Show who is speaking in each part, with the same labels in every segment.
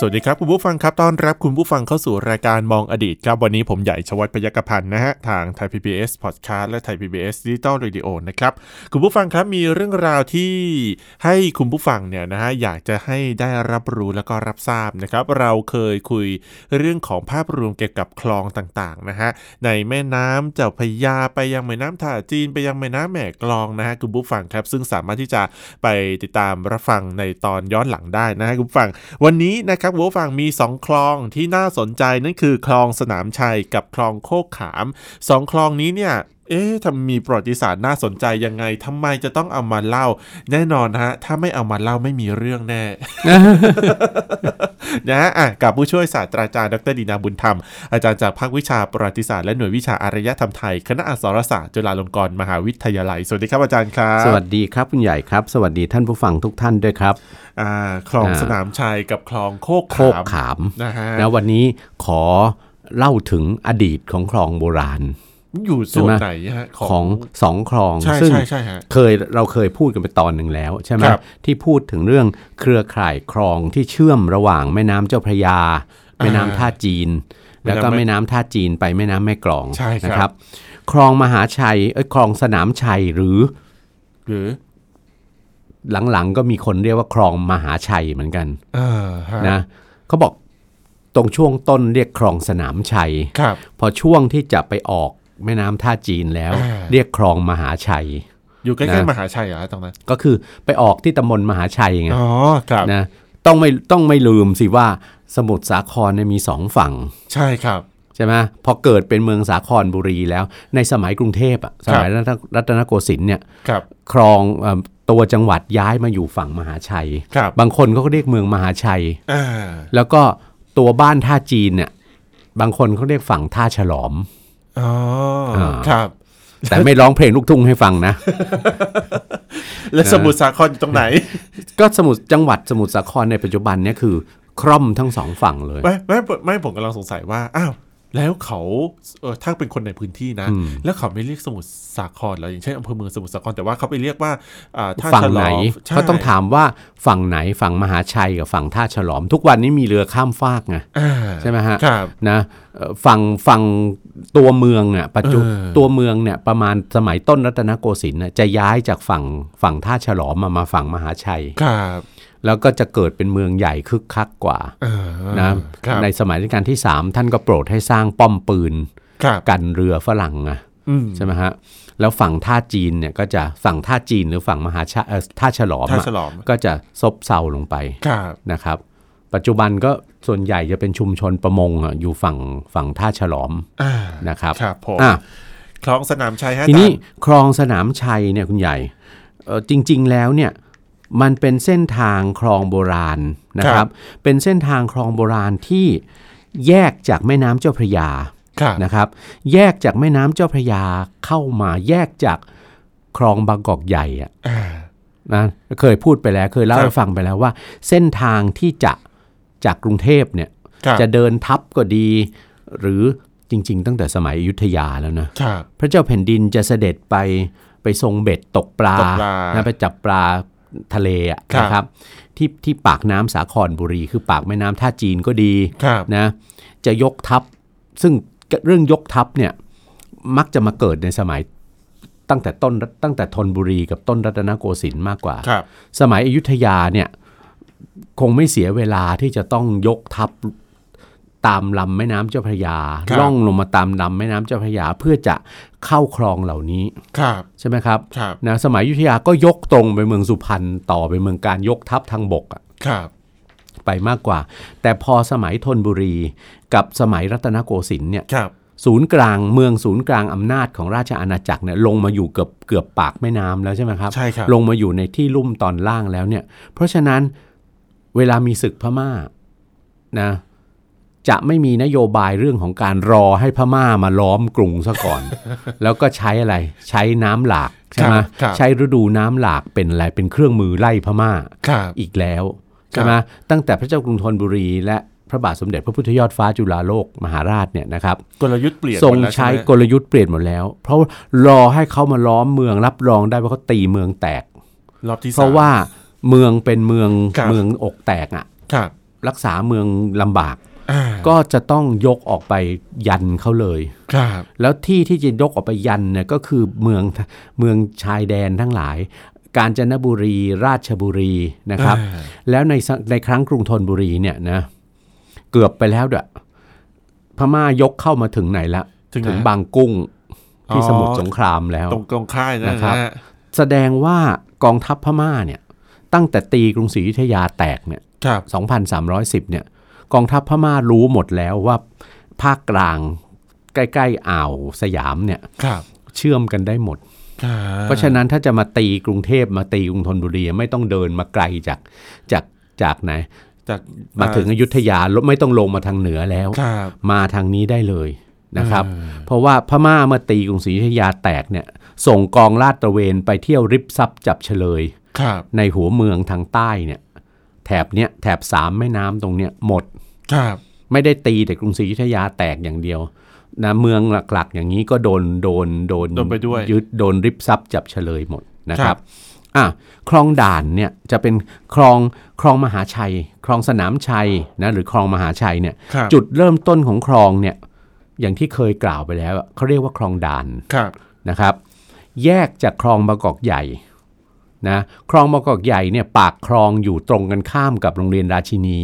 Speaker 1: สวัสดีครับ คุณผู้ฟังครับต้อนรับคุณผู้ฟังเข้าสู่รายการมองอดีตครับ วันนี้ผมใหญ่ชวัฒน์พยกพันธ์นะฮะ ทางไทย PBS Podcast และไทย PBS Digital Radio นะครับ คุณผู้ฟังครับมีเรื่องราวที่ให้คุณผู้ฟังเนี่ยนะฮะอยากจะให้ได้รับรู้แล้วก็รับทราบนะครับ เราเคยคุยเรื่องของภาพรวมเกี่ยวกับคลองต่างๆนะฮะในแม่น้ำเจ้าพระยาไปยังแม่น้ำท่าจีนไปยังแม่น้ำแม่กลองนะฮะคุณผู้ฟังครับ ซึ่งสามารถที่จะไปติดตามรับฟังในตอนย้อนหลังได้นะฮะคุณผู้ฟัง วันนี้นะครับคุณผู้ฟังมี 2 คลองที่น่าสนใจนั่นคือคลองสนามชัยกับคลองโคกขาม 2 คลองนี้เนี่ย เอ๊ะทำมีประวัติศาสตร์น่าสนใจยังไงทำไมจะต้องเอามาเล่า แน่นอนฮะ ถ้าไม่เอามาเล่าไม่มีเรื่องแน่ นะฮะอ่ะกับผู้ช่วยศาสตราจารย์ดรดีนาบุญธรรม อาจารย์จากภาควิชาประวัติศาสตร์และหน่วยวิชาอารยธรรมไทย คณะอักษรศาสตร์จุฬาลงกรณ์มหาวิทยาลัย สวัสดีครับอาจารย์ครับ
Speaker 2: สวัสดีครับคุณใหญ่ครับ สวัสดีท่านผู้ฟังทุกท่านด้วยครับ
Speaker 1: อ่าคลอง
Speaker 2: อ่า
Speaker 1: สนามชัยกับคลองโคก
Speaker 2: โค
Speaker 1: ขาม
Speaker 2: กขาม
Speaker 1: นะฮะ
Speaker 2: นะวันนี้ขอเล่าถึงอดีตของคลองโบราณ
Speaker 1: อยู่ส่วน
Speaker 2: ใช่ไหม
Speaker 1: ไหนฮะ
Speaker 2: ของสองคลอง
Speaker 1: ใช่
Speaker 2: ซึ่ง
Speaker 1: ใช่ใช่ฮะ
Speaker 2: เคยเราเคยพูดกันไปตอนหนึ่งแล้วใช่ไหม
Speaker 1: ครับ
Speaker 2: ที่พูดถึงเรื่องเครือข่ายคลองที่เชื่อมระหว่างแม่น้ำเจ้าพระยา แม่น้ำท่าจีน แล้วก็
Speaker 1: แม่
Speaker 2: แม่
Speaker 1: น้ำ
Speaker 2: น้ำท่าจีนไปแม่น้ำแม่กลอง
Speaker 1: ใช่ครับ
Speaker 2: นะครับ คลองมหาชัยเอ้ยคลองสนามชัยหรือ
Speaker 1: หรือ
Speaker 2: หลังๆ ก็มีคนเรียกว่าคลองมหาชัยเหมือนกัน
Speaker 1: เออฮะ
Speaker 2: นะเขาบอกตรงช่วงต้นเรียกคลองสนามชัย
Speaker 1: ครับ
Speaker 2: พอช่วงที่จะไปออกแม่น้ำท่าจีนแล้ว
Speaker 1: อ่า
Speaker 2: เรียกคลองมหาชัย
Speaker 1: อยู่ใกล้
Speaker 2: นะ
Speaker 1: ๆมหาชัยเหรอตรงนั้น
Speaker 2: ก็คือไปออกที่ตำบลมหาชัยไง
Speaker 1: อ๋อครับ
Speaker 2: นะต้องไม่ต้องไม่ลืมสิว่าสมุทรสาครเนี่ยมีสองฝั่ง
Speaker 1: ใช่ครับ
Speaker 2: ใช่ไหมพอเกิดเป็นเมืองสาครบุรีแล้ว ในสมัยกรุงเทพอะสมัยรัตนรัตนโกสินทร์เนี่ย
Speaker 1: ครับ
Speaker 2: คลองเอ่อตัวจังหวัดย้ายมาอยู่ฝั่งมหาชัย
Speaker 1: ครับ
Speaker 2: บางคนเขาก็เรียกเมืองมหาชัย
Speaker 1: อ่า
Speaker 2: แล้วก็ตัวบ้านท่าจีนเนี่ยบางคนเขาเรียกฝั่งท่าฉลอม
Speaker 1: อ๋ออา ครับ
Speaker 2: แต่ไม่ร้องเพลงลูกทุ่งให้ฟังนะ
Speaker 1: และสมุทรสาครอยู่ตรงไหน
Speaker 2: ก็สมุทรจังหวัดสมุทรสาครในปัจจุบันเนี่ยคือ คร่อมทั้งสองฝั่งเลย
Speaker 1: ไม่ไม่ไม่ไม่ผมกำลังสงสัยว่าอ้าวแล้วเขาเออถ้าเป็นคนในพื้นที่นะ
Speaker 2: อืม
Speaker 1: แล้วเขาไม่เรียกสมุทรสาครเหรออย่างเช่นอำเภอเมืองสมุทรสาครแต่ว่าเขาไปเรียกว่าอ่าท่า
Speaker 2: ฝั่ง
Speaker 1: ฉล
Speaker 2: ไหน
Speaker 1: อมใช่
Speaker 2: เขาต้องถามว่าฝั่งไหนฝั่งมหาชัยกับฝั่งท่าฉลอม ทุกวันนี้มีเรือข้ามฟากไง
Speaker 1: อ่า
Speaker 2: ใช่ไหมฮะ
Speaker 1: ครับ
Speaker 2: นะเอ่อฝั่งฝั่งตัวเมืองอ่ะปัจจุ
Speaker 1: เออ
Speaker 2: ตัวเมืองเนี่ยประมาณสมัยต้นรัตนโกสินทร์น่ะจะย้ายจากฝั่งฝั่งท่าฉลอมมามาฝั่งมหาชัย
Speaker 1: ครับ
Speaker 2: แล้วก็จะเกิดเป็นเมืองใหญ่คึกคักกว่า
Speaker 1: เออ
Speaker 2: นะครับในสมัยรัชกาลที่ 3 ท่านก็โปรดให้สร้างป้อมปืน
Speaker 1: ครับ
Speaker 2: กันเรือฝรั่งอะ
Speaker 1: อืม
Speaker 2: ใช่ไหมฮะแล้วฝั่งท่าจีนเนี่ยก็จะฝั่งท่าจีนหรือฝั่งมหาชาเอ่อท่าฉลอม
Speaker 1: ท่า
Speaker 2: อะ
Speaker 1: ฉลอม
Speaker 2: ก็จะซบเซาลงไป
Speaker 1: ครับ
Speaker 2: นะครับ ปัจจุบันก็ส่วนใหญ่จะเป็นชุมชนประมงอะอยู่ฝั่งฝั่งท่าฉลอม
Speaker 1: อ่า
Speaker 2: นะครับ
Speaker 1: ครับผม
Speaker 2: อ่ะ
Speaker 1: คลองสนามชัยฮะ
Speaker 2: ทีนี้
Speaker 1: อาจารย์
Speaker 2: คลองสนามชัยเนี่ยคุณใหญ่เอ่อจริง ๆ แล้วเนี่ยมันเป็นเส้นทางคลองโบราณนะครับ เป็นเส้นทางคลองโบราณที่แยกจากแม่น้ำเจ้าพระยา
Speaker 1: ครับ
Speaker 2: นะครับ แยกจากแม่น้ำเจ้าพระยาเข้ามาแยกจากคลองบางกอกใหญ่อะ
Speaker 1: อ่า
Speaker 2: นะเคยพูดไปแล้วเคยเล่า
Speaker 1: ครับ
Speaker 2: ให้ฟังไปแล้วว่า เส้นทางที่จะจากกรุงเทพเนี่ย
Speaker 1: ครับ
Speaker 2: จะเดินทับก็ดี หรือจริง ๆ ตั้งแต่สมัยอยุธยาแล้วนะ
Speaker 1: ครับ
Speaker 2: พระเจ้าแผ่นดินจะเสด็จไปไปทรงเบ็ดตกปลา
Speaker 1: ตกปลา
Speaker 2: นะไปจับปลาทะเลอะ
Speaker 1: ครับ
Speaker 2: นะครับที่ที่ปากน้ำสาครบุรี คือปากแม่น้ำท่าจีนก็ดี
Speaker 1: ครับ
Speaker 2: นะจะยกทัพ ซึ่งเรื่องยกทัพเนี่ยมักจะมาเกิดในสมัยตั้งแต่ต้นตั้งแต่ธนบุรีกับต้นรัตนโกสินทร์มากกว่า
Speaker 1: ครับ
Speaker 2: สมัยอยุธยาเนี่ยคงไม่เสียเวลาที่จะต้องยกทัพตามลำแม่น้ำเจ้าพระยา ล่องลงมาตามลำแม่น้ำเจ้าพระยาเพื่อจะเข้าคลองเหล่านี้
Speaker 1: ครับ
Speaker 2: ใช่ไหมครับ
Speaker 1: ครับ
Speaker 2: นะสมัยอยุธยาก็ยกตรงไปเมืองสุพรรณต่อไปเมืองการยกทัพทางบกอะ
Speaker 1: ครับ
Speaker 2: ไปมากกว่า แต่พอสมัยธนบุรีกับสมัยรัตนโกสินทร์เนี่ย
Speaker 1: ครับ
Speaker 2: ศูนย์กลางเมืองศูนย์กลางอำนาจของราชอาณาจักรเนี่ยลงมาอยู่เกือบเกือบปากแม่น้ำแล้วใช่ไหมครับ
Speaker 1: ใช่ครับ
Speaker 2: ลงมาอยู่ในที่ลุ่มตอนล่างแล้วเนี่ย เพราะฉะนั้นเวลามีศึกพม่านะ จะไม่มีนโยบายเรื่องของการรอให้พม่ามาล้อมกรุงซะก่อน แล้วก็ใช้อะไรใช้น้ำหลากใช่ไหม
Speaker 1: ครับครับ
Speaker 2: ใช้ฤดูน้ำหลากเป็นอะไรเป็นเครื่องมือไล่พม่า
Speaker 1: ครับ
Speaker 2: อีกแล้วใช่ไหมตั้งแต่พระเจ้ากรุงธนบุรี และพระบาทสมเด็จพระพุทธยอดฟ้าจุฬาโลกมหาราชเนี่ยนะครับ
Speaker 1: กลยุทธ์เปลี่ยน
Speaker 2: ทร
Speaker 1: ห
Speaker 2: ง
Speaker 1: มดแล้ว
Speaker 2: ใช้
Speaker 1: ไหม
Speaker 2: กลยุทธ์เปลี่ยนหมดแล้ว เพราะรอให้เขามาล้อมเมืองรับรองได้ว่าเขาตีเมืองแตก
Speaker 1: รอบที่สม
Speaker 2: เพราะว่าเมืองเป็นเมือง
Speaker 1: ครับ
Speaker 2: เมืองอกแตกอะ
Speaker 1: ครับ
Speaker 2: รักษาเมืองลำบาก
Speaker 1: อ่า
Speaker 2: ก็จะต้องยกออกไปยันเขาเลย
Speaker 1: ครับ
Speaker 2: แล้วที่ที่จะยกออกไปยันเนี่ยก็คือเมืองเมืองชายแดนทั้งหลาย กาญจนบุรีราชบุรีนะครับ
Speaker 1: อ่า
Speaker 2: แล้วในสในครั้งกรุงธนบุรีเนี่ยนะเกือบไปแล้วด้วยพม่ายกเข้ามาถึงไหนละ
Speaker 1: ถึงไหน
Speaker 2: ถึงบางกุ้งที่
Speaker 1: อ๋อ
Speaker 2: สมุทรสงครามแล้ว
Speaker 1: ตรงตรงค่ายนะ
Speaker 2: นะครั
Speaker 1: ฮะ
Speaker 2: บ แสดงว่ากองทัพพม่าเนี่ยตั้งแต่ตีกรุงศรีอยุธยาแตกเนี่ย
Speaker 1: ครับ
Speaker 2: 2,310เนี่ยกองทัพพม่ารู้หมดแล้วว่าภาคกลางใกล้ๆอ่าวสยามเนี่ย
Speaker 1: ครับ
Speaker 2: เชื่อมกันได้หมด
Speaker 1: ครับ
Speaker 2: เพราะฉะนั้นถ้าจะมาตีกรุงเทพมาตีกรุงธนบุรีไม่ต้องเดินมาไกลจากจากจากไหน
Speaker 1: จาก
Speaker 2: มาถึงอยุธยาลบไม่ต้องลงมาทางเหนือแล้ว
Speaker 1: ครับ
Speaker 2: มาทางนี้ได้เลยนะครับ เพราะว่าพม่าเมื่อตีกรุงศรีอยุธยาแตกเนี่ยส่งกองลาดตระเวนไปเที่ยวริบซับจับเฉลย
Speaker 1: ครับ
Speaker 2: ในหัวเมืองทางใต้เนี่ยแถบเนี้ยแถบสามแม่น้ำตรงเนี้ยหมด
Speaker 1: ครับ
Speaker 2: ไม่ได้ตีแต่กรุงศรีอยุธยาแตกอย่างเดียวนะเมืองหลักๆ อย่างนี้ก็โดนโดนโดน
Speaker 1: โดนไปด้วย
Speaker 2: ยึดโดนริบซับจับเฉลยหมดนะค
Speaker 1: ครั
Speaker 2: รั
Speaker 1: บบ
Speaker 2: อ่ะคลองด่านเนี่ยจะเป็นคลองคลองมหาชัย คลองสนามชัยนะหรือคลองมหาชัยเนี่ย
Speaker 1: ครับ
Speaker 2: จุดเริ่มต้นของคลองเนี่ยอย่างที่เคยกล่าวไปแล้วอะเขาเรียกว่าคลองด่าน
Speaker 1: ครับ
Speaker 2: นะครับแยกจากคลองบางกอกใหญ่นะคลองบางกอกใหญ่เนี่ยปากคลองอยู่ตรงกันข้ามกับโรงเรียนราชินี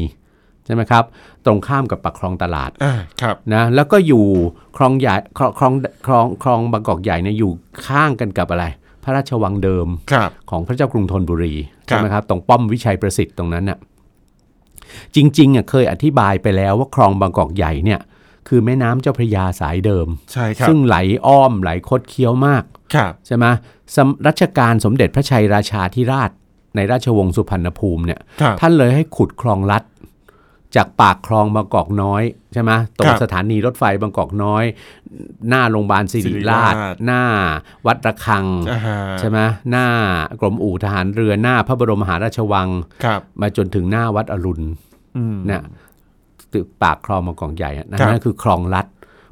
Speaker 2: ใช่ไหมครับตรงข้ามกับปากคลองตลาด
Speaker 1: อ่าครับ
Speaker 2: นะแล้วก็อยู่คลองใหญ่คลองคลองคลองคลองบางกอกใหญ่เนี่ยอยู่ข้างกันกับอะไร พระราชวังเดิม
Speaker 1: ครับ
Speaker 2: ของพระเจ้ากรุงธนบุรี
Speaker 1: ครับ
Speaker 2: ใช่ไหมครับตรงป้อมวิชัยประสิทธิ์ตรงนั้นน่ะจริงๆอ่ะเคยอธิบายไปแล้วว่าคลองบางกอกใหญ่เนี่ยคือแม่น้ำเจ้าพระยาสายเดิม
Speaker 1: ใช่ครับ
Speaker 2: ซึ่งไหลอ้อมไหลคดเคี้ยวมาก
Speaker 1: ครับ
Speaker 2: ใช่ไหมสมรัชกาลสมเด็จพระชัยราชาธิราช ในราชวงศ์สุพรรณภูมิเนี่ย
Speaker 1: ครับ
Speaker 2: ท่านเลยให้ขุดคลองลัด จากปากคลองบางกอกน้อยใช่ไหมตร
Speaker 1: ครั
Speaker 2: ง
Speaker 1: บ
Speaker 2: สถานีรถไฟบางกอกน้อย หน้าโรงพยาบาลศิริราช
Speaker 1: ศิริราช
Speaker 2: หน้าวัดระฆัง
Speaker 1: อ่าฮะ
Speaker 2: ใช่ไหมหน้ากรมอู่ทหารเรือหน้าพระบรมมหาราชวัง
Speaker 1: ครับ
Speaker 2: มาจนถึงหน้าวัดอรุณ
Speaker 1: อืม
Speaker 2: นะตึกปากคลองบางกอกใหญ่อะนะครับ นั่นคือคลองลัด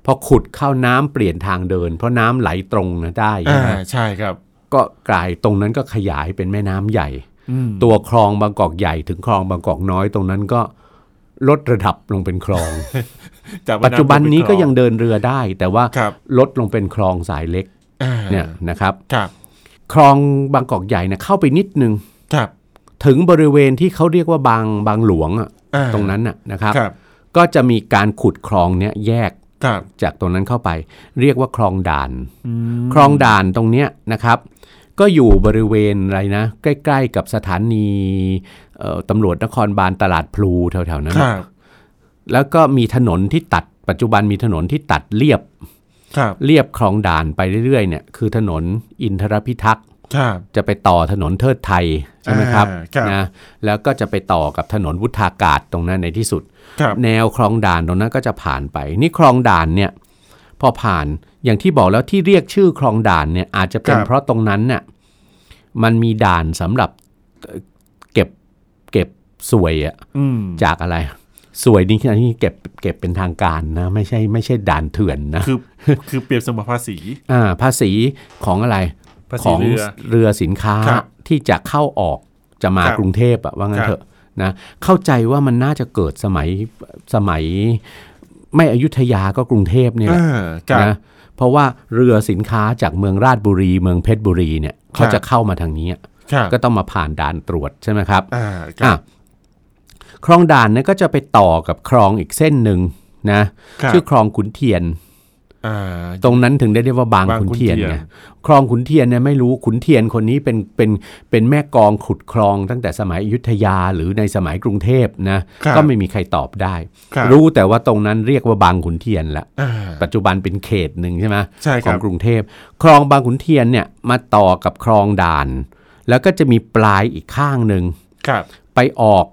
Speaker 2: พอขุดเข้าน้ำเปลี่ยนทางเดิน เพราะน้ำไหลตรงนะได้
Speaker 1: อ่า
Speaker 2: ใช่ไหม
Speaker 1: ใช่ครับ
Speaker 2: ก็กลายตรงนั้นก็ขยายเป็นแม่น้ำใหญ่
Speaker 1: อืม
Speaker 2: ตัวคลองบางกอกใหญ่ถึงคลองบางกอกน้อยตรงนั้นก็ลดระดับลงเป็นคลอง
Speaker 1: จาก
Speaker 2: ปัจจุบันนี้ก็ยัง
Speaker 1: เป็คล
Speaker 2: เดินเรือได้ แต่ว่า
Speaker 1: องครับ
Speaker 2: ลดลงเป็นคลองสายเล็ก
Speaker 1: อ่า
Speaker 2: เนี่ยนะครับ
Speaker 1: ครับ
Speaker 2: คลองบางกอกใหญ่เนี่ยเข้าไปนิดนึง
Speaker 1: ครับ
Speaker 2: ถึงบริเวณที่เขาเรียกว่าบางบางหลวงอะ
Speaker 1: อ่า
Speaker 2: ตรงนั้นน่ะนะครับ
Speaker 1: ครับ
Speaker 2: ก็จะมีการขุดคลองเนี่ยแยก
Speaker 1: ครับ
Speaker 2: จากตรงนั้นเข้าไป เรียกว่าคลองด่าน
Speaker 1: อืม
Speaker 2: คลองด่านตรงเนี้ยนะครับ ก็อยู่บริเวณอะไรนะ ใกล้ๆกับสถานีเอ่อตำรวจนครบาลตลาดพลูแถวๆนั้น
Speaker 1: ค
Speaker 2: น่ะ
Speaker 1: รับ
Speaker 2: แล้วก็มีถนนที่ตัด ปัจจุบันมีถนนที่ตัดเรียบ
Speaker 1: ครับ
Speaker 2: เรียบคลองด่านไปเรื่อยๆเนี่ยคือถนนอินทรพิทักษ์
Speaker 1: ครับ
Speaker 2: จะไปต่อถนนเทิดไทยใช่ไหมครับ
Speaker 1: อ่าครับ
Speaker 2: นะแล้วก็จะไปต่อกับถนนวุฒากาศตรงนั้นในที่สุด
Speaker 1: ครับ
Speaker 2: แนวคลองด่านตรงนั้นก็จะผ่านไป นี่คลองด่านเนี่ยพอผ่านอย่างที่บอกแล้วที่เรียกชื่อคลองด่านเนี่ยอาจจะเป็นเพราะตรงนั้นเนี่ยมันมีด่านสำหรับเอ่อเก็บเก็บสวยอะ
Speaker 1: อืม
Speaker 2: จากอะไร สวยนี่คืออันนี้เก็บเก็บเป็นทางการนะไม่ใช่ไม่ใช่ด่านเถื่อนนะ
Speaker 1: คือคือเปรียบเสมือนภาษี
Speaker 2: อ่าภาษีของอะไร
Speaker 1: ภา
Speaker 2: ข
Speaker 1: ษี
Speaker 2: อง
Speaker 1: เรือ
Speaker 2: เรือสินค้า
Speaker 1: ครับ
Speaker 2: ที่จะเข้าออกจะมา
Speaker 1: ครับ
Speaker 2: กรุงเทพอะว่างั้
Speaker 1: ครั
Speaker 2: น
Speaker 1: บ
Speaker 2: เถอะนะเข้าใจว่ามันน่าจะเกิดสมัยสมัยไม่อยุธยาก็กรุงเทพเนี่ยแหละ
Speaker 1: อ่าครับ
Speaker 2: นะเพราะว่าเรือสินค้าจากเมืองราชบุรี เมืองเพชรบุรีเนี่ยเขาจะเข้ามาทางนี้อะ
Speaker 1: ครับ
Speaker 2: ก็ต้องมาผ่านด่านตรวจใช่ไหมครับ
Speaker 1: อ่าค
Speaker 2: อ่ะ
Speaker 1: รับ
Speaker 2: คลองด่านเนี่ยก็จะไปต่อกับคลองอีกเส้นหนึ่งนะครับ ชื่อคลองขุนเทียน
Speaker 1: อ่า
Speaker 2: ตรงนั้นถึงได้เรียกว่าบาง
Speaker 1: บางขุ
Speaker 2: ขุ
Speaker 1: น
Speaker 2: นเทียน
Speaker 1: เทียน
Speaker 2: ไงคลองขุนเทียนเนี่ยไม่รู้ขุนเทียนคนนี้เป็นเป็นเป็นแม่กลองขุดคลองตั้งแต่สมัยอยุธยาหรือในสมัยกรุงเทพนะก็ไม่มีใครตอบได้
Speaker 1: ครับ
Speaker 2: รู้แต่ว่าตรงนั้นเรียกว่าบางขุนเทียนละ
Speaker 1: อ่า
Speaker 2: ปัจจุบันเป็นเขตหนึ่งใช่ไหม
Speaker 1: ใช่ค
Speaker 2: ขอ
Speaker 1: รั
Speaker 2: ง
Speaker 1: บ
Speaker 2: กรุงเทพคลองบางขุนเทียนเนี่ยมาต่อกับคลองด่าน แล้วก็จะมีปลายอีกข้างหนึ่ง
Speaker 1: ครับ
Speaker 2: ไปออก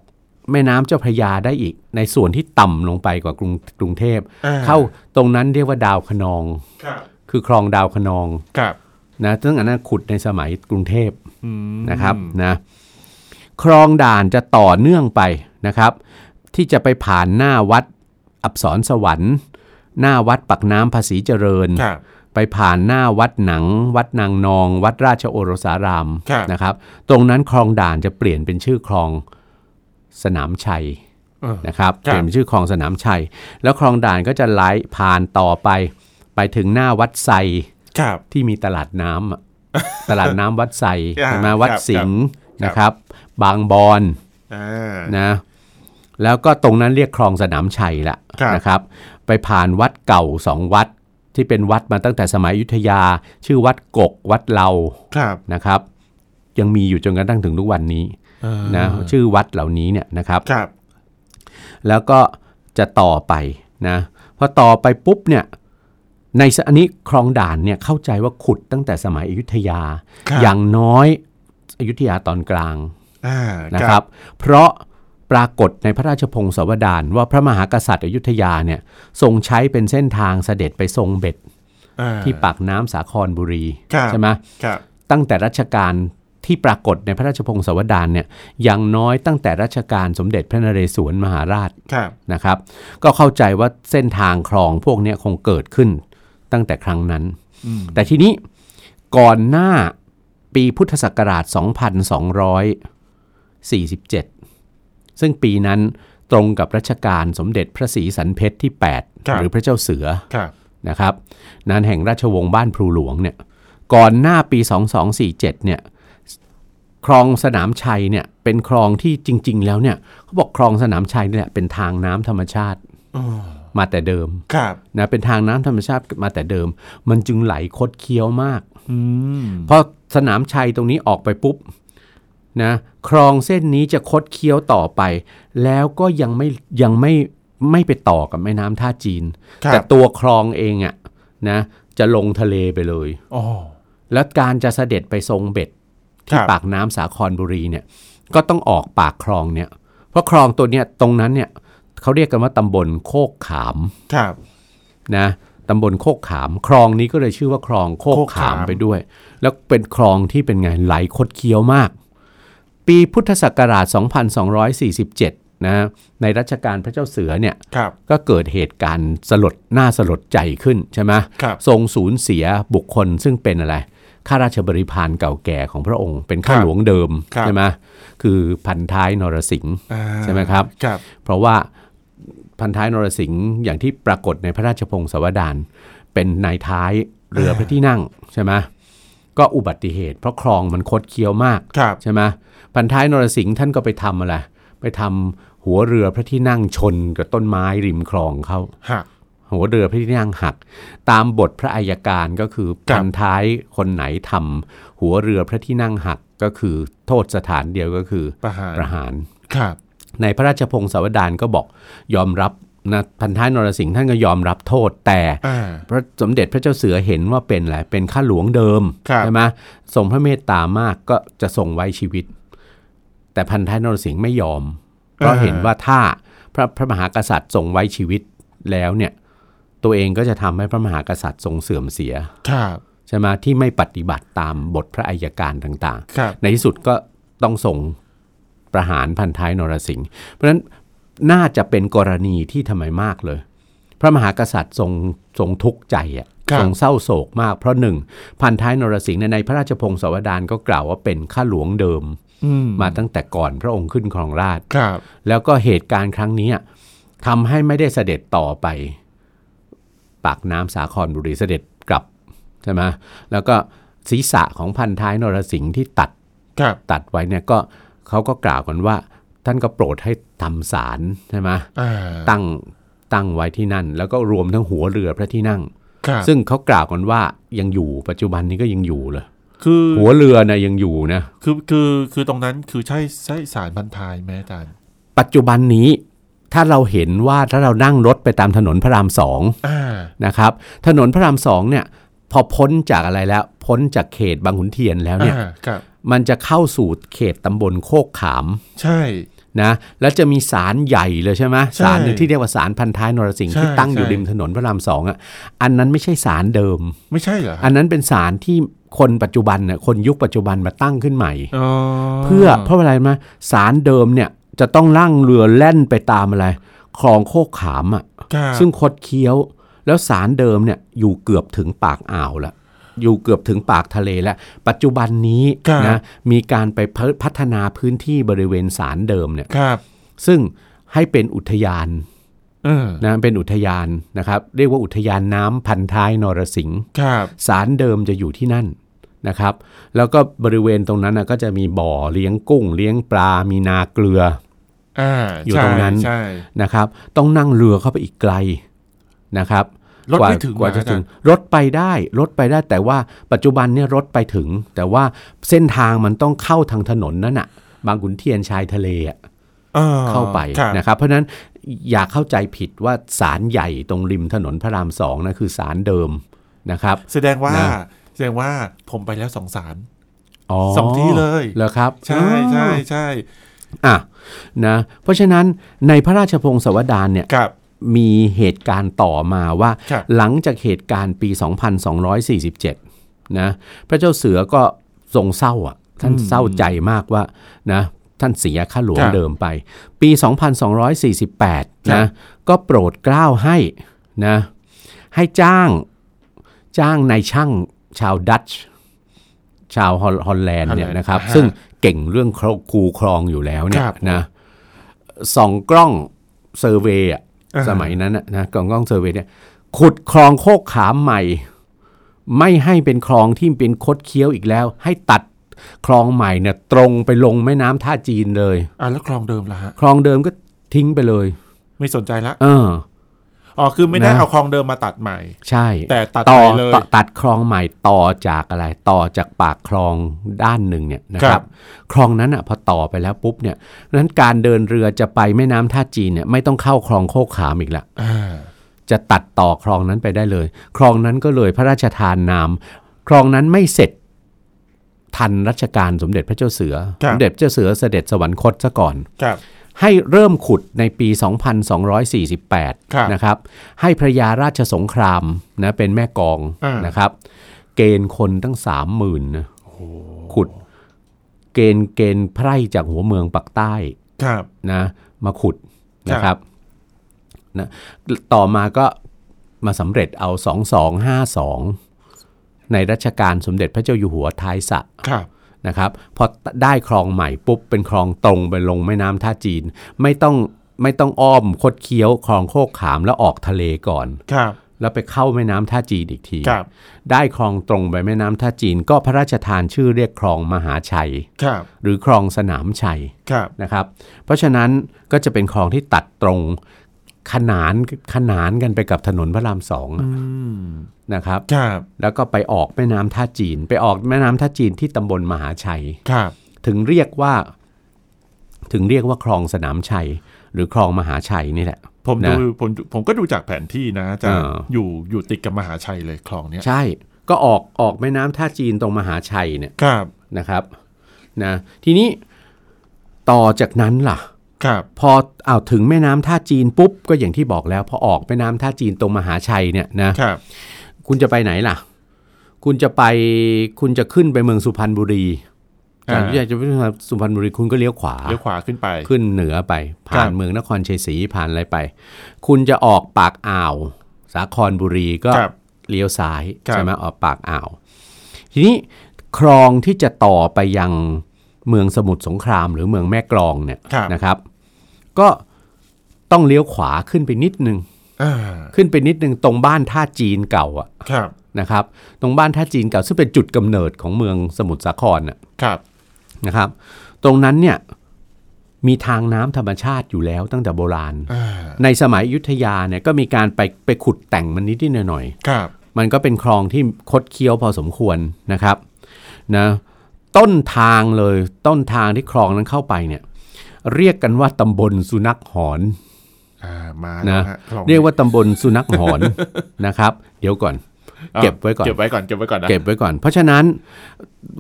Speaker 2: แม่น้ำเจ้าพระยาได้อีก ในส่วนที่ต่ำลงไปกว่ากรุงกรุงเทพ
Speaker 1: อ่
Speaker 2: เข้าตรงนั้นเรียกว่าดาวคะนอง
Speaker 1: ครับ
Speaker 2: คือคลองดาวคะนอง
Speaker 1: ครับ
Speaker 2: นะซึ่งอันนั้นขุดในสมัยกรุงเทพ
Speaker 1: อืม
Speaker 2: นะครับนะคลองด่านจะต่อเนื่องไปนะครับ ที่จะไปผ่านหน้าวัดอับสรสวรรค์ หน้าวัดปักน้ำภาษีเจริญ
Speaker 1: ครับ
Speaker 2: ไปผ่านหน้าวัดหนัง วัดนางนอง วัดราชโอรสาราม
Speaker 1: ครับ
Speaker 2: นะครับ ตรงนั้นคลองด่านจะเปลี่ยนเป็นชื่อคลองสนามชัย
Speaker 1: เออ
Speaker 2: นะครับ
Speaker 1: ครับ
Speaker 2: เปลี่ยนเป็นชื่อคลองสนามชัย แล้วคลองด่านก็จะไหลผ่านต่อไป ไปถึงหน้าวัดไซ
Speaker 1: ครับ
Speaker 2: ที่มีตลาดน้ำอะ ตลาดน้ำวัดไซ
Speaker 1: อ่า
Speaker 2: เห็นไหมา
Speaker 1: ครับ
Speaker 2: วัดสิง
Speaker 1: ค
Speaker 2: ห์
Speaker 1: รับ
Speaker 2: นะครับ บางบอน
Speaker 1: อ่า
Speaker 2: นะ แล้วก็ตรงนั้นเรียกคลองสนามชัยละ
Speaker 1: ครับ
Speaker 2: นะครับ ไปผ่านวัดเก่าสองวัดที่เป็นวัดมาตั้งแต่สมัยอยุทธยา ชื่อวัดกกวัดเลา
Speaker 1: ครับ
Speaker 2: นะครับ ยังมีอยู่จนกระทั่งถึงทุกวันนี้
Speaker 1: เออ
Speaker 2: นะชื่อวัดเหล่านี้เนี่ยนะครับ
Speaker 1: ครับ
Speaker 2: แล้วก็จะต่อไปนะพอต่อไปปุ๊บเนี่ยในสอันนี้คลองด่านเนี่ยเข้าใจว่าขุดตั้งแต่สมัยอยุธยา
Speaker 1: ครับ
Speaker 2: อย่างน้อยอยุธยาตอนกลาง
Speaker 1: อ่า
Speaker 2: นะ
Speaker 1: นะ
Speaker 2: ค
Speaker 1: ค
Speaker 2: รั
Speaker 1: รับ
Speaker 2: เพราะปรากฏในพระราชพงศาวดารว่าพระมหากษัตริย์อยุธยาเนี่ยทรงใช้เป็นเส้นทางเสด็จไปทรงเบ็ด
Speaker 1: อ่า
Speaker 2: ที่ปากน้ำสาครบุรี
Speaker 1: ครับ
Speaker 2: ใช่ไหม
Speaker 1: ครับ
Speaker 2: ตั้งแต่รัชกาลที่ปรากฏในพระราชพงศาวดารเนี่ยอย่างน้อยตั้งแต่รัชกาลสมเด็จพระนเรศวรมหาราช
Speaker 1: ครับ
Speaker 2: นะครับก็เข้าใจว่าเส้นทางคลองพวกเนี้ยคงเกิดขึ้นตั้งแต่ครั้งนั้น
Speaker 1: อืม
Speaker 2: แต่ทีนี้ก่อนหน้าปีพุทธศักราช 2247 ซึ่งปีนั้นตรงกับรัชกาลสมเด็จพระศรีสันเพชรที่
Speaker 1: ครั
Speaker 2: 8
Speaker 1: บ
Speaker 2: หรือพระเจ้าเสือ
Speaker 1: ครับ
Speaker 2: นะครับนานแห่งราชวงศ์บ้านพลูหลวงเนี่ยก่อนหน้าปี 2247เนี่ยคลองสนามชัยเนี่ยเป็นคลองที่จริง ๆ แล้วเนี่ยเขาบอกคลองสนามชัยเนี่ยเป็นทางน้ำธรรมชาติ
Speaker 1: อ๋อ
Speaker 2: มาแต่เดิม
Speaker 1: ครับ
Speaker 2: นะเป็นทางน้ำธรรมชาติมาแต่เดิม มันจึงไหลคดเคี้ยวมาก
Speaker 1: อืม
Speaker 2: พอสนามชัยตรงนี้ออกไปปุ๊บนะคลองเส้นนี้จะคดเคี้ยวต่อไป แล้วก็ยังไม่ยังไม่ไม่ไปต่อกับแม่น้ำท่าจีน
Speaker 1: ครั
Speaker 2: แต่
Speaker 1: บ
Speaker 2: ตัวคลองเองอะนะจะลงทะเลไปเลย
Speaker 1: อ๋อ
Speaker 2: แล้วการจะเสด็จไปทรงเบ็ด
Speaker 1: ค
Speaker 2: ที่
Speaker 1: รับ
Speaker 2: ปากน้ำสาครบุรีเนี่ยก็ต้องออกปากคลองเนี่ยเพราะคลองตัวเนี้ยตรงนั้นเนี่ยเขาเรียกกันว่าตำบลโคกขาม
Speaker 1: ครับ
Speaker 2: นะตำบลโคกขาม คลองนี้ก็เลยชื่อว่าคลองโคก
Speaker 1: โคกขา
Speaker 2: ขาม มไปด้วย แล้วเป็นคลองที่เป็นไงไหลคดเคี้ยวมาก ปีพุทธศักราช 2247 นะในรัชกาลพระเจ้าเสือเนี่ย
Speaker 1: ครับ
Speaker 2: ก็เกิดเหตุการณ์สลดน่าสลดใจขึ้นใช่ไหม
Speaker 1: ครับ
Speaker 2: ทรงสูญเสียบุคคลซึ่งเป็นอะไรข้าราชบริพารเก่าแก่ของพระองค์ เป็น
Speaker 1: ค
Speaker 2: ข้า
Speaker 1: รับ
Speaker 2: หลวงเดิม
Speaker 1: ครับ
Speaker 2: ใช่ไหมคือพันท้ายนรสิงห์
Speaker 1: อ่า
Speaker 2: ใช่ไหมครับ
Speaker 1: ครับ
Speaker 2: เพราะว่าพันท้ายนรสิงห์อย่างที่ปรากฏในพระราชพงศาวดารเป็นนายท้ายเรือพระที่นั่งใช่ไหมก็อุบัติเหตุเพราะคลองมันคดเคี้ยวมาก
Speaker 1: ครับ
Speaker 2: ใช่ไหมพันท้ายนรสิงห์ท่านก็ไปทำอะไรไปทำหัวเรือพระที่นั่งชนกับต้นไม้ริมคลองเขา
Speaker 1: หัก
Speaker 2: หัวเรือพระที่นั่งหัก ตามบทพระอัยการก็คือ
Speaker 1: ครับ
Speaker 2: พันท้ายคนไหนทำหัวเรือพระที่นั่งหักก็คือโทษสถานเดียวก็คือ
Speaker 1: ประหาร
Speaker 2: ประหาร
Speaker 1: ครับ
Speaker 2: ในพระราชพงศาวดารก็บอกยอมรับนะพันท้ายนรสิงห์ท่านก็ยอมรับโทษ แต่
Speaker 1: อ่า
Speaker 2: พระสมเด็จพระเจ้าเสือเห็นว่าเป็นแหละเป็นข้าหลวงเดิม
Speaker 1: ครับ
Speaker 2: ใช่ไหมทรงพระเมตตามากก็จะทรงไว้ชีวิต แต่พันท้ายนรสิงห์ไม่ยอม เพราะเห็นว่าถ้าพระพระมหากษัตริย์ทรงไว้ชีวิตแล้วเนี่ยตัวเองก็จะทำให้พระมหากษัตริย์ทรงเสื่อมเสีย
Speaker 1: ครับ
Speaker 2: ใช่ไหมที่ไม่ปฏิบัติตามบทพระอัยการต่าง ๆ
Speaker 1: ครับ
Speaker 2: ในที่สุดก็ต้องส่งประหารพันท้ายนรสิงห์ เพราะฉะนั้นน่าจะเป็นกรณีที่ทำไมมากเลย พระมหากษัตริย์ทรงทรงทุกข์ใจอะทรงเศร้าโศกมากเพราะหนึ่งพันท้ายนรสิงห์เนี่ยในพระราชพงศาวดารก็กล่าวว่าเป็นข้าหลวงเดิม
Speaker 1: อืม
Speaker 2: มาตั้งแต่ก่อนพระองค์ขึ้นครองราช
Speaker 1: ครับ
Speaker 2: แล้วก็เหตุการณ์ครั้งนี้ทำให้ไม่ได้เสด็จต่อไป ปากน้ำสาครบุรีเสด็จกลับใช่ไหมแล้วก็ศีรษะของพันท้ายนรสิงห์ที่ตัด
Speaker 1: ครับ
Speaker 2: ตัดไว้เนี่ยก็เขาก็กล่าวกันว่า ท่านก็โปรดให้ทำศาลใช่ไหม
Speaker 1: อ่า
Speaker 2: ตั้งตั้งไว้ที่นั่น แล้วก็รวมทั้งหัวเรือพระที่นั่ง
Speaker 1: ครับ
Speaker 2: ซึ่งเขากล่าวกันว่ายังอยู่ปัจจุบันนี้ก็ยังอยู่เลย
Speaker 1: คือ
Speaker 2: หัวเรือนะยังอยู่นะ
Speaker 1: คือคือคือตรงนั้นคือใช่ใช่สารพันทายไหมอาจารย์
Speaker 2: ปัจจุบันนี้ถ้าเราเห็นว่าถ้าเรานั่งรถไปตามถนนพระรามสอง
Speaker 1: อ่า
Speaker 2: นะครับถนนพระรามสองเนี่ยพอพ้นจากอะไรแล้ว พ้นจากเขตบางขุนเทียนแล้วเนี่ย
Speaker 1: อ่าครับ
Speaker 2: มันจะเข้าสู่เขตตำบลโคกขาม
Speaker 1: ใช่
Speaker 2: นะแล้วจะมีศาลใหญ่เลยใช่ไหม
Speaker 1: ใช่
Speaker 2: ศาลหนึ่งที่เรียกว่าศาลพันท้ายนรสิงห์
Speaker 1: ใช่
Speaker 2: ที่ตั้งอยู่
Speaker 1: ใช่
Speaker 2: ริมถนนพระรามสองอ่ะอันนั้นไม่ใช่ศาลเดิม
Speaker 1: ไม่ใช่เหรอฮะ
Speaker 2: อันนั้นเป็นศาลที่คนปัจจุบันน่ะคนยุคปัจจุบันมาตั้งขึ้นใหม่
Speaker 1: อ๋อ
Speaker 2: เพื่อเพราะอะไรรู้ไหมาศาลเดิมเนี่ยจะต้องล่างเรือแล่นไปตามอะไรคลองโคกขามอ่ะ
Speaker 1: ครับ
Speaker 2: ซึ่งคดเคี้ยวแล้วสารเดิมเนี่ยอยู่เกือบถึงปากอ่าวแล้วอยู่เกือบถึงปากทะเลแล้ว ปัจจุบันนี้
Speaker 1: ครับ
Speaker 2: นะมีการไปพพัฒนาพื้นที่บริเวณสารเดิมเนี่ย
Speaker 1: ครับ
Speaker 2: ซึ่งให้เป็นอุทยาน
Speaker 1: เออ
Speaker 2: นะเป็นอุทยานนะครับเรียกว่าอุทยานน้ำพันท้ายนรสิงห์
Speaker 1: ครับ
Speaker 2: สารเดิมจะอยู่ที่นั่นนะครับ แล้วก็บริเวณตรงนั้นนะก็จะมีบ่อเลี้ยงกุ้ง เลี้ยงปลา มีนาเกลือ
Speaker 1: อ่า
Speaker 2: อยู่ตรงนั้น
Speaker 1: ใช่
Speaker 2: นะครับ ต้องนั่งเรือเข้าไปอีกไกลนะครับ
Speaker 1: รถ
Speaker 2: กว่า
Speaker 1: ไม่ถึง
Speaker 2: กว่าจะ
Speaker 1: นะอาจารย์
Speaker 2: ถึงรถไปได้รถไปได้แต่ว่าปัจจุบันเนี่ยรถไปถึง แต่ว่าเส้นทางมันต้องเข้าทางถนนนั่นน่ะ บางขุนเทียนชายทะเลอะ
Speaker 1: ใช่
Speaker 2: เข้าไป
Speaker 1: ครับ
Speaker 2: นะครับ เพราะฉะนั้นอย่าเข้าใจผิดว่าศาลใหญ่ตรงริมถนนพระรามสองนะคือศาลเดิมนะครับ
Speaker 1: แสดงว่า
Speaker 2: นะ
Speaker 1: แสดงว่าผมไปแล้วสองสาร
Speaker 2: อ๋อ
Speaker 1: สองที่เลย
Speaker 2: เหรอครับ
Speaker 1: ใช่ใช่ใช่
Speaker 2: อ่ะนะเพราะฉะนั้นในพระราชพงศาวดารเนี่ย
Speaker 1: ครับ
Speaker 2: มีเหตุการณ์ต่อมาว่า
Speaker 1: ครับ
Speaker 2: หลังจากเหตุการณ์ปี 2247 นะพระเจ้าเสือก็ทรงเศร้าอ่ะท่านเศร้าใจมากว่านะท่านเสียข้าหลวง
Speaker 1: ครับ
Speaker 2: เดิมไป ปี 2248 นะก็โปรดเกล้าให้นะให้จ้างจ้างนายช่างชาวดัตช์ชาวฮอลฮอลแลนด์เนี่ยนะครับ
Speaker 1: ฮะ
Speaker 2: ซึ่งเก่งเรื่องคูครองอยู่แล้วเนี่
Speaker 1: ค
Speaker 2: ย
Speaker 1: รับ
Speaker 2: นะส่องกล้องเซอร์เวย์อะ
Speaker 1: อ่าฮะ
Speaker 2: สมัยนั้นน่ะนะกล่องกล้องเซอร์เวย์เนี่ยขุดคลองโคกขามใหม่ ไม่ให้เป็นคลองที่เป็นคดเคี้ยวอีกแล้ว ให้ตัดคลองใหม่เนี่ยตรงไปลงแม่น้ำท่าจีนเลย
Speaker 1: อ่าแล้วคลองเดิมล่ะฮะ
Speaker 2: คลองเดิมก็ทิ้งไปเลย
Speaker 1: ไม่สนใจละ
Speaker 2: เออ
Speaker 1: อ๋อคือไม่ได้
Speaker 2: นะ
Speaker 1: เอาคลองเดิมมาตัดใหม่
Speaker 2: ใช่
Speaker 1: แต่ตัด
Speaker 2: ต่อ
Speaker 1: ใหม่เลย
Speaker 2: ตอตัดคลองใหม่ต่อจากอะไร ต่อจากปากคลองด้านหนึ่งเนี่ยนะ
Speaker 1: ค
Speaker 2: ค
Speaker 1: รั
Speaker 2: รับบ คลองนั้นอ่ะพอต่อไปแล้วปุ๊บเนี่ยนั้นการเดินเรือจะไปแม่น้ำท่าจีนเนี่ยไม่ต้องเข้าคลองโคกขามอีกละ
Speaker 1: อ่า
Speaker 2: จะตัดต่อคลองนั้นไปได้เลย คลองนั้นก็เลยพระราชทานนาม คลองนั้นไม่เสร็จทันรัชกาลสมเด็จพระเจ้าเสือ สมเด็จพระเจ้าเสือเสด็จสวรรคตซะก่อน
Speaker 1: ครับ
Speaker 2: ให้เริ่มขุดในปี
Speaker 1: ครับ
Speaker 2: 2248 นะครับ ให้พระยาราชสงครามนะเป็นแม่กอง
Speaker 1: อ่าน
Speaker 2: นะครับ เกณฑ์คนตั้งสามหมื่นนะขุดเกณฑ์เกณฑ์ไพร่จากหัวเมืองปักใต้
Speaker 1: ครับ
Speaker 2: นะมาขุด
Speaker 1: ครับ
Speaker 2: นะครับนะต่อมาก็มาสำเร็จเอา 2252 ในรัชกาลสมเด็จพระเจ้าอยู่หัวท้ายสระ
Speaker 1: ครับ
Speaker 2: นะครับพอได้คลองใหม่ปุ๊บเป็นคลองตรงไปลงแม่น้ำท่าจีน ไม่ต้องไม่ต้องอ้อมคดเคี้ยวคลองโคกขามแล้วออกทะเลก่อน
Speaker 1: ครับ
Speaker 2: แล้วไปเข้าแม่น้ำท่าจีนอีกที
Speaker 1: ครับ
Speaker 2: ได้คลองตรงไปแม่น้ำท่าจีน ก็พระราชทานชื่อเรียกคลองมหาชัย
Speaker 1: ครับ
Speaker 2: หรือคลองสนามชัย
Speaker 1: ครับ
Speaker 2: นะครับเพราะฉะนั้นก็จะเป็นคลองที่ตัดตรงขนานขนานกันไปกับถนนพระรามสองอะ
Speaker 1: อืม
Speaker 2: นะครับ
Speaker 1: ครับ
Speaker 2: แล้วก็ไปออกแม่น้ำท่าจีน ไปออกแม่น้ำท่าจีนที่ตำบลมหาชัย
Speaker 1: ครับ
Speaker 2: ถึงเรียกว่า ถึงเรียกว่าคลองสนามชัย หรือคลองมหาชัยนี่แหละ
Speaker 1: ผม
Speaker 2: นะ
Speaker 1: ดูผมดูผมก็ดูจากแผนที่นะอาจารย์
Speaker 2: เอออ
Speaker 1: อยู่อยู่ติดกับมหาชัยเลยคลองเนี้ย
Speaker 2: ใช่ก็ออกออกแม่น้ำท่าจีนตรงมหาชัยเนี่ย
Speaker 1: ครับ
Speaker 2: นะครับนะทีนี้ต่อจากนั้นล่ะ
Speaker 1: ครับ
Speaker 2: พออ้าวถึงแม่น้ำท่าจีนปุ๊บก็อย่างที่บอกแล้วพอออกแม่น้ำท่าจีนตรงมหาชัยเนี่ยนะครับคุณจะไปไหนล่ะ คุณจะไปคุณจะขึ้นไปเมืองสุพรรณบุรี
Speaker 1: อ่า
Speaker 2: จากที่อยากจะไปสุพรรณบุรีคุณก็เลี้ยวขวา
Speaker 1: เลี้ยวขวาขึ้นไป
Speaker 2: ขึ้นเหนือไป
Speaker 1: ครั
Speaker 2: ผ่าน
Speaker 1: บ
Speaker 2: เมืองนครชัยศรีผ่านอะไรไป คุณจะออกปากอ่าว สาครบุรีก็
Speaker 1: ครับ
Speaker 2: เลี้ยวซ้าย
Speaker 1: ครับ
Speaker 2: ใช่ไหมออกปากอ่าว ทีนี้คลองที่จะต่อไปยังเมืองสมุทรสงคราม หรือเมืองแม่กลองเนี่ย
Speaker 1: ครับ
Speaker 2: นะครับ ก็ต้องเลี้ยวขวาขึ้นไปนิดนึง
Speaker 1: อ่า
Speaker 2: ขึ้นไปนิดนึงตรงบ้านท่าจีนเก่าอะ
Speaker 1: ครับ
Speaker 2: นะครับ ตรงบ้านท่าจีนเก่าซึ่งเป็นจุดกำเนิดของเมืองสมุทรสาครน่ะ
Speaker 1: ครับ
Speaker 2: นะครับ ตรงนั้นเนี่ยมีทางน้ำธรรมชาติอยู่แล้วตั้งแต่โบราณ
Speaker 1: อ่า
Speaker 2: ในสมัยอยุทธยาเนี่ยก็มีการไปไปขุดแต่งมันนิดๆหน่อยๆ
Speaker 1: ครับ
Speaker 2: มันก็เป็นคลองที่คดเคี้ยวพอสมควรนะครับนะต้นทางเลยต้นทางที่คลองนั้นเข้าไปเนี่ยเรียกกันว่าตำบลสุนัขหอน
Speaker 1: อ่ามาแล้ว
Speaker 2: นะ
Speaker 1: ฮะคลอง
Speaker 2: เรียกว่าตำบลสุนัขหอน นะครับ เดี๋ยวก่อน
Speaker 1: อ่า
Speaker 2: เก็บไว้ก่อน
Speaker 1: เก็บไว้ก่อนเก็บไว้ก่อนนะ
Speaker 2: เก็บไว้ก่อน เพราะฉะนั้น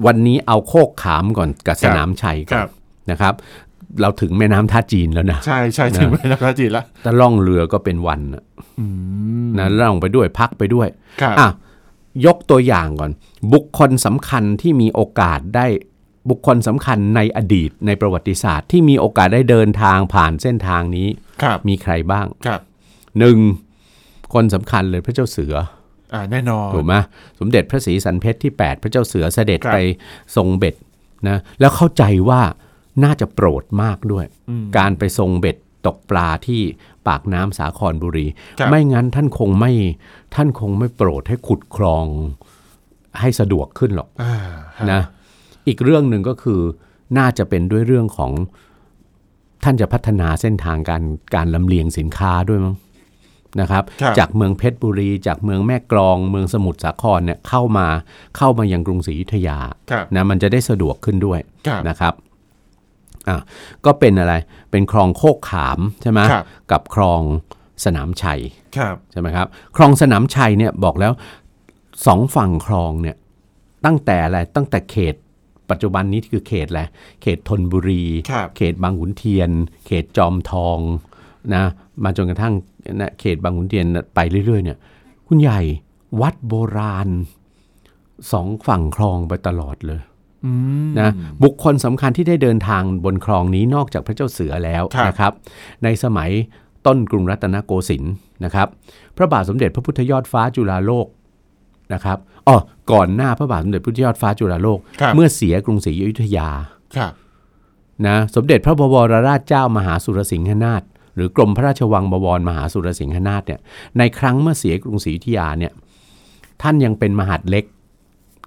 Speaker 2: วันนี้เอาโคกขามก่อนกับสนามชัย
Speaker 1: ค
Speaker 2: ก่อ
Speaker 1: รั
Speaker 2: น
Speaker 1: บ
Speaker 2: นะครับ เราถึงแม่น้ำท่าจีนแล้วนะ
Speaker 1: ใช่ใช่ถึง
Speaker 2: นะ
Speaker 1: แม่น้ำท่าจีนละ
Speaker 2: แต่ล่องเรือก็เป็นวันน่ะ
Speaker 1: อืม
Speaker 2: นะล่องไปด้วยพักไปด้วย
Speaker 1: ครับ
Speaker 2: อ่ะยกตัวอย่างก่อน บุคคลสำคัญที่มีโอกาสได้บุคคลสำคัญในอดีตในประวัติศาสตร์ ที่มีโอกาสได้เดินทางผ่านเส้นทางนี้
Speaker 1: ครับ
Speaker 2: มีใครบ้าง
Speaker 1: ครับ
Speaker 2: หนึ่งคนสำคัญเลยพระเจ้าเสือ
Speaker 1: อ่าแน่นอน
Speaker 2: ถูกไหมสมเด็จพระศรีสันเพชรที่ 8 พระเจ้าเสือเสด็จ
Speaker 1: ครับ
Speaker 2: ไปทรงเบ็ดนะแล้วเข้าใจว่าน่าจะโปรดมากด้วย
Speaker 1: อืม
Speaker 2: การไปทรงเบ็ดตกปลาที่ปากน้ำสาครบุรี
Speaker 1: ครับ
Speaker 2: ไม่งั้นท่านคงไม่ท่านคงไม่โปรดให้ขุดคลองให้สะดวกขึ้นหรอก
Speaker 1: อ่าฮ
Speaker 2: นะอีกเรื่องหนึ่งก็คือน่าจะเป็นด้วยเรื่องของท่านจะพัฒนาเส้นทางการการลำเลียงสินค้าด้วยมั้งนะครับ
Speaker 1: ครับ
Speaker 2: จากเมืองเพชรบุรี จากเมืองแม่กลอง เมืองสมุทรสาครเนี่ยเข้ามาเข้ามายังกรุงศรีอยุธยา
Speaker 1: ครับ
Speaker 2: นะมันจะได้สะดวกขึ้นด้วย
Speaker 1: ครับ
Speaker 2: นะครับ อ่ะก็เป็นอะไร เป็นคลองโคกขามใช่ไหม
Speaker 1: ครับ
Speaker 2: กับคลองสนามชัย
Speaker 1: ครับ
Speaker 2: ใช่ไหมครับ คลองสนามชัยเนี่ยบอกแล้วสองฝั่งคลองเนี่ยตั้งแต่อะไร ตั้งแต่เขตปัจจุบันนี้คือเขตอะไร เขตธนบุรี
Speaker 1: ครับ
Speaker 2: เขตบางขุนเทียน เขตจอมทองนะมาจนกระทั่งนะเขตบางขุนเทียนน่ะไปเรื่อยๆเนี่ยคุณใหญ่วัดโบราณสองฝั่งคลองไปตลอดเลย
Speaker 1: อืม
Speaker 2: นะบุคคลสำคัญที่ได้เดินทางบนคลองนี้นอกจากพระเจ้าเสือแล้ว
Speaker 1: ครับ
Speaker 2: นะครับ ในสมัยต้นกรุงรัตนโกสินทร์นะครับ พระบาทสมเด็จพระพุทธยอดฟ้าจุฬาโลกนะครับอ๋อก่อนหน้าพระบาทสมเด็จพระพุทธยอดฟ้าจุฬาโลก
Speaker 1: ครับ
Speaker 2: เมื่อเสียกรุงศรีอยุธยา
Speaker 1: ครับ
Speaker 2: นะสมเด็จพระบวรราชเจ้ามหาสุรสิงหนาถหรือกรมพระราชวังบวรมหาสุรสิงหนาถเนี่ยในครั้งเมื่อเสียกรุงศรีอยุธยาเนี่ยท่านยังเป็นมหาดเล็ก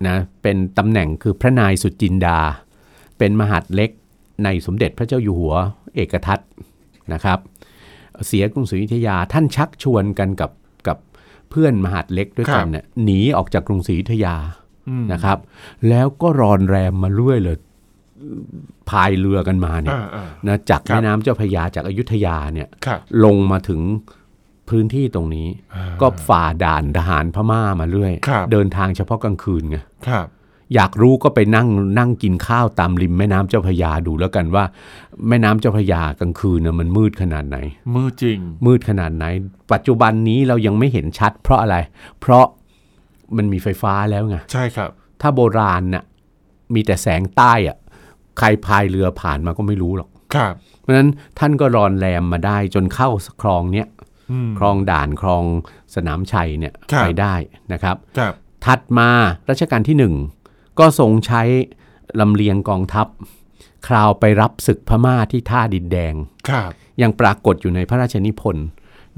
Speaker 2: นะเป็นตำแหน่งคือพระนายสุจินดา เป็นมหาดเล็กในสมเด็จพระเจ้าอยู่หัวเอกทัตนะครับ เสียกรุงศรีอยุธยาท่านชักชวนกันกับกับเพื่อนมหาดเล็กด้วยกั
Speaker 1: ค
Speaker 2: น
Speaker 1: รับ
Speaker 2: เนี่ยหนีออกจากกรุงศรีอยุธยานะครับ แล้วก็รอนแรมมาเรื่อยเลยพายเรือกันมาเนี่ย
Speaker 1: อ่าอ่า
Speaker 2: นะจาก
Speaker 1: ครั
Speaker 2: แม่
Speaker 1: บ
Speaker 2: น้ำเจ้าพระยาจากอยุธยาเนี่ย
Speaker 1: ครับ
Speaker 2: ลงมาถึงพื้นที่ตรงนี้
Speaker 1: อ่า
Speaker 2: ก็ฝ่าด่านทหารพม่ามาเรื่อย
Speaker 1: ครับ
Speaker 2: เดินทางเฉพาะกลางคืนไง
Speaker 1: ครับ
Speaker 2: อยากรู้ก็ไปนั่งนั่งกินข้าวตามริมแม่น้ำเจ้าพระยาดูแล้วกันว่า แม่น้ำเจ้าพระยากลางคืนน่ะมันมืดขนาดไหน
Speaker 1: มือจริง
Speaker 2: มืดขนาดไหน ปัจจุบันนี้เรายังไม่เห็นชัด เพราะอะไร เพราะมันมีไฟฟ้าแล้วไง
Speaker 1: ใช่ครับ
Speaker 2: ถ้าโบราณน่ะมีแต่แสงใต้อะใครพายเรือผ่านมาก็ไม่รู้หรอก
Speaker 1: ครับ
Speaker 2: เพราะฉะนั้นท่านก็รอนแรมมาได้จนเข้าคลองเนี้ย
Speaker 1: อืม
Speaker 2: คลองด่านคลองสนามชัยเนี่ย
Speaker 1: ครับ
Speaker 2: ไปได้นะครับ
Speaker 1: ครับ
Speaker 2: ถัดมารัชกาลที่หนึ่งก็ทรงใช้ลำเลียงกองทัพ คราวไปรับศึกพม่าที่ท่าดินแดง
Speaker 1: ครับ
Speaker 2: ยังปรากฏอยู่ในพระราชนิพนธ์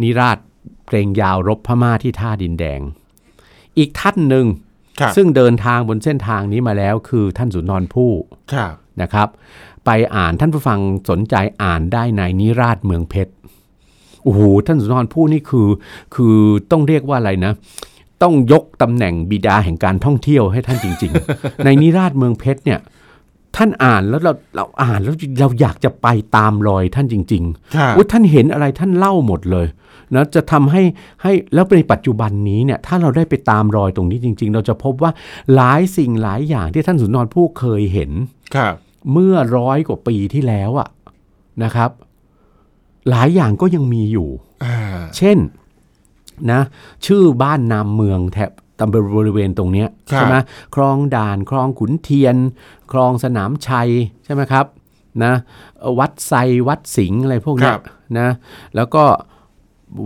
Speaker 2: นิราชเพลงยาวรบพม่าที่ท่าดินแดง อีกท่านหนึ่ง
Speaker 1: ครับ
Speaker 2: ซึ่งเดินทางบนเส้นทางนี้มาแล้วคือท่านสุนทรภู่
Speaker 1: ครับ
Speaker 2: นะครับ ไปอ่านท่านผู้ฟังสนใจอ่านได้ในนิราชเมืองเพชรโอ้โหท่านสุนทรภู่นี่คือ คือต้องเรียกว่าอะไรนะ ต้องยกตำแหน่งบิดาแห่งการท่องเที่ยวให้ท่านจริง ๆ ในนิราชเมืองเพชรเนี่ย ท่านอ่านแล้วเราเราอ่านแล้วเราอยากจะไปตามรอยท่านจริง ๆ
Speaker 1: ครับ
Speaker 2: อุ๊ยท่านเห็นอะไรท่านเล่าหมดเลยนะจะทำให้ให้แล้วในปัจจุบันนี้เนี่ยถ้าเราได้ไปตามรอยตรงนี้จริง ๆ เราจะพบว่าหลายสิ่งหลายอย่างที่ท่านสุนทรภู่เคยเห็น
Speaker 1: ครับ
Speaker 2: เมื่อร้อยกว่าปีที่แล้วอะนะครับ หลายอย่างก็ยังมีอยู่
Speaker 1: อ่า
Speaker 2: เช่นนะชื่อบ้านนามเมืองแถบตำบลบริเวณตรงเนี้ย
Speaker 1: ครับ
Speaker 2: ใช่ไหมคลองด่านคลองขุนเทียน คลองสนามชัยใช่ไหมครับนะเอ่อวัดไซวัดสิงห์อะไรพวกเนี้ยนะแล้วก็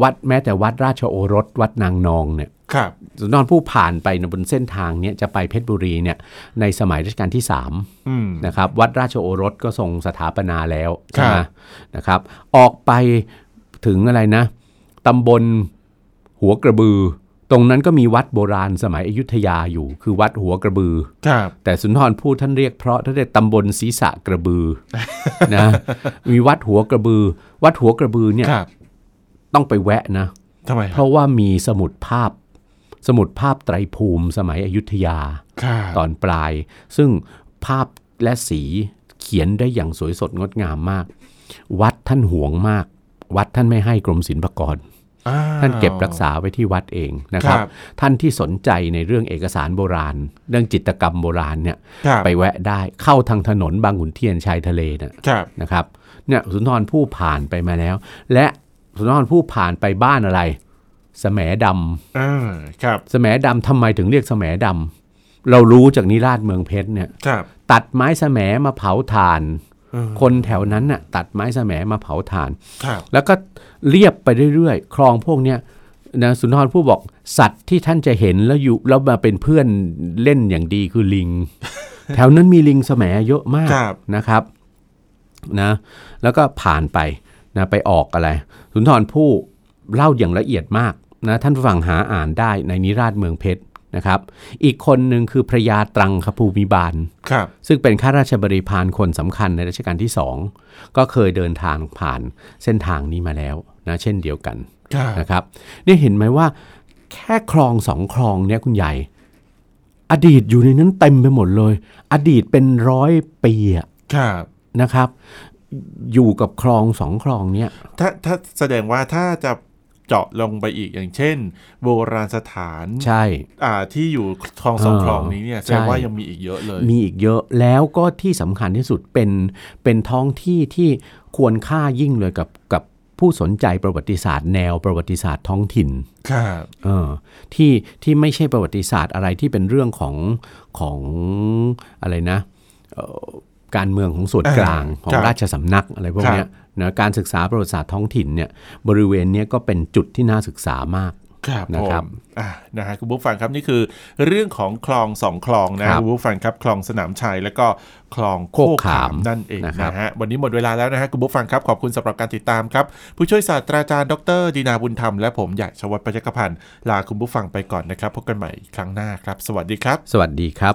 Speaker 2: วัดแม้แต่วัดราชโอรสวัดนางนองเนี่ย
Speaker 1: ครับ
Speaker 2: สุนทรผู้ผ่านไปนะบนเส้นทางเนี้ยจะไปเพชรบุรีเนี่ยในสมัยรัชกาลที่สาม
Speaker 1: อืม
Speaker 2: นะครับวัดราชโอรสก็ทรงสถาปนาแล้ว
Speaker 1: ครับ
Speaker 2: นะนะครับออกไปถึงอะไรนะตำบลหัวกระบือ ตรงนั้นก็มีวัดโบราณสมัยอยุธยาอยู่ คือวัดหัวกระบือ
Speaker 1: ครับ
Speaker 2: แต่สุนทรพูดท่านเรียกเพราะท่านเรียกตำบลศีรษะกระบือ นะมีวัดหัวกระบือ วัดหัวกระบือเนี่ย
Speaker 1: ครับ
Speaker 2: ต้องไปแวะนะ
Speaker 1: ทำไมค
Speaker 2: เพ
Speaker 1: รับ
Speaker 2: ราะว่ามีสมุดภาพสมุดภาพไตรภูมิสมัยอยุธยา
Speaker 1: ครับ
Speaker 2: ตอนปลาย ซึ่งภาพและสีเขียนได้อย่างสวยสดงดงามมาก วัดท่านหวงมาก วัดท่านไม่ให้กรมศิลปากร
Speaker 1: อ่
Speaker 2: ท่านเก็บรักษาไว้ที่วัดเองนะครับ
Speaker 1: ครับ
Speaker 2: ท่านที่สนใจในเรื่องเอกสารโบราณ เรื่องจิตรกรรมโบราณเนี่ย
Speaker 1: ครับ
Speaker 2: ไปแวะได้เข้าทางถนนบางขุนเทียนชายทะเลนะครับ นะครับเนี่ยสุนทรผู้ผ่านไปมาแล้ว และสุนทรผู้ผ่านไปบ้านอะไร แสมดำ
Speaker 1: อ่า ครับ
Speaker 2: แสมดำทำไมถึงเรียกแสมดำเรารู้จากนิราชเมืองเพชรเนี่ย
Speaker 1: ครับ
Speaker 2: ตัดไม้แสมมาเผาถ่าน
Speaker 1: อืม
Speaker 2: คนแถวนั้นน่ะตัดไม้แสมมาเผาถ่าน
Speaker 1: ครับ
Speaker 2: แล้วก็เรียบไปเรื่อยๆ คลองพวกเนี้ยนะสุนทรผู้บอกสัตว์ที่ท่านจะเห็นแล้วอยู่แล้วมาเป็นเพื่อนเล่นอย่างดีคือลิ ง แถวนั้นมีลิงแสมเยอะมาก
Speaker 1: ครับ
Speaker 2: นะครับนะแล้วก็ผ่านไปนะไปออกอะไรสุนทรผู้เล่าอย่างละเอียดมากนะท่านผู้ฟังหาอ่านได้ในนิราชเมืองเพชรนะครับ อีกคนหนึ่งคือพระยาตรังคภูมิบาล
Speaker 1: ครับ
Speaker 2: ซึ่งเป็นข้าราชบริพารคนสำคัญในรัชกาลที่สองก็เคยเดินทางผ่านเส้นทางนี้มาแล้วนะเช่นเดียวกัน
Speaker 1: ครับ
Speaker 2: นะครับเนี่ยเห็นไหมว่า แค่คลองสองคลองเนี่ยคุณใหญ่ อดีตอยู่ในนั้นเต็มไปหมดเลย อดีตเป็นร้อยปีอะ
Speaker 1: ครับ
Speaker 2: นะครับ อยู่กับคลองสองคลองเนี่ย
Speaker 1: ถ้าถ้าแสดงว่าถ้าจะเจาะลงไปอีกอย่างเช่น โบราณสถาน
Speaker 2: ใช่
Speaker 1: อ่า ที่อยู่คลองสอง
Speaker 2: เออ
Speaker 1: คลองนี้เนี่ย แสดง
Speaker 2: ใช่
Speaker 1: ว่ายังมีอีกเยอะเลย
Speaker 2: มีอีกเยอะแล้วก็ที่สำคัญที่สุดเป็นเป็นท้องที่ที่ควรค่ายิ่งเลยกับกับผู้สนใจประวัติศาสตร์แนวประวัติศาสตร์ท้องถิ่น
Speaker 1: ครับ
Speaker 2: เออที่ที่ไม่ใช่ประวัติศาสตร์อะไรที่เป็นเรื่องของของอะไรนะเอ่อการเมืองของส่วน
Speaker 1: เออก
Speaker 2: ลางของ
Speaker 1: ครับ
Speaker 2: ราชสำนักอะไรพวกเนี้ย
Speaker 1: ครั
Speaker 2: นะการศึกษาประวัติศาสตร์ท้องถิ่นเนี่ยบริเวณเนี้ยก็เป็นจุดที่น่าศึกษามาก
Speaker 1: ครับ
Speaker 2: นะ
Speaker 1: ผ
Speaker 2: ครับ
Speaker 1: มอ่ะนะฮะคุณผู้ฟังครับนี่คือเรื่องของคลองสองคลองนะครับคุณผู้ฟังครับคลองสนามชัยแล้วก็คลองโคกขาม
Speaker 2: โคกขาม
Speaker 1: นั่นเอง
Speaker 2: นะครับ
Speaker 1: นะฮะวันนี้หมดเวลาแล้วนะฮะคุณผู้ฟังครับขอบคุณสำหรับการติดตามครับ ผู้ช่วยศาสตราจารย์ดรดีนาบุญธรรมและผมใหญ่ชวัฒน์ประจักษ์พันธ์ลาคุณผู้ฟังไปก่อนนะครับพบกันใหม่ครั้งหน้าครับ สวัสดีครับ
Speaker 2: สวัสดีครับ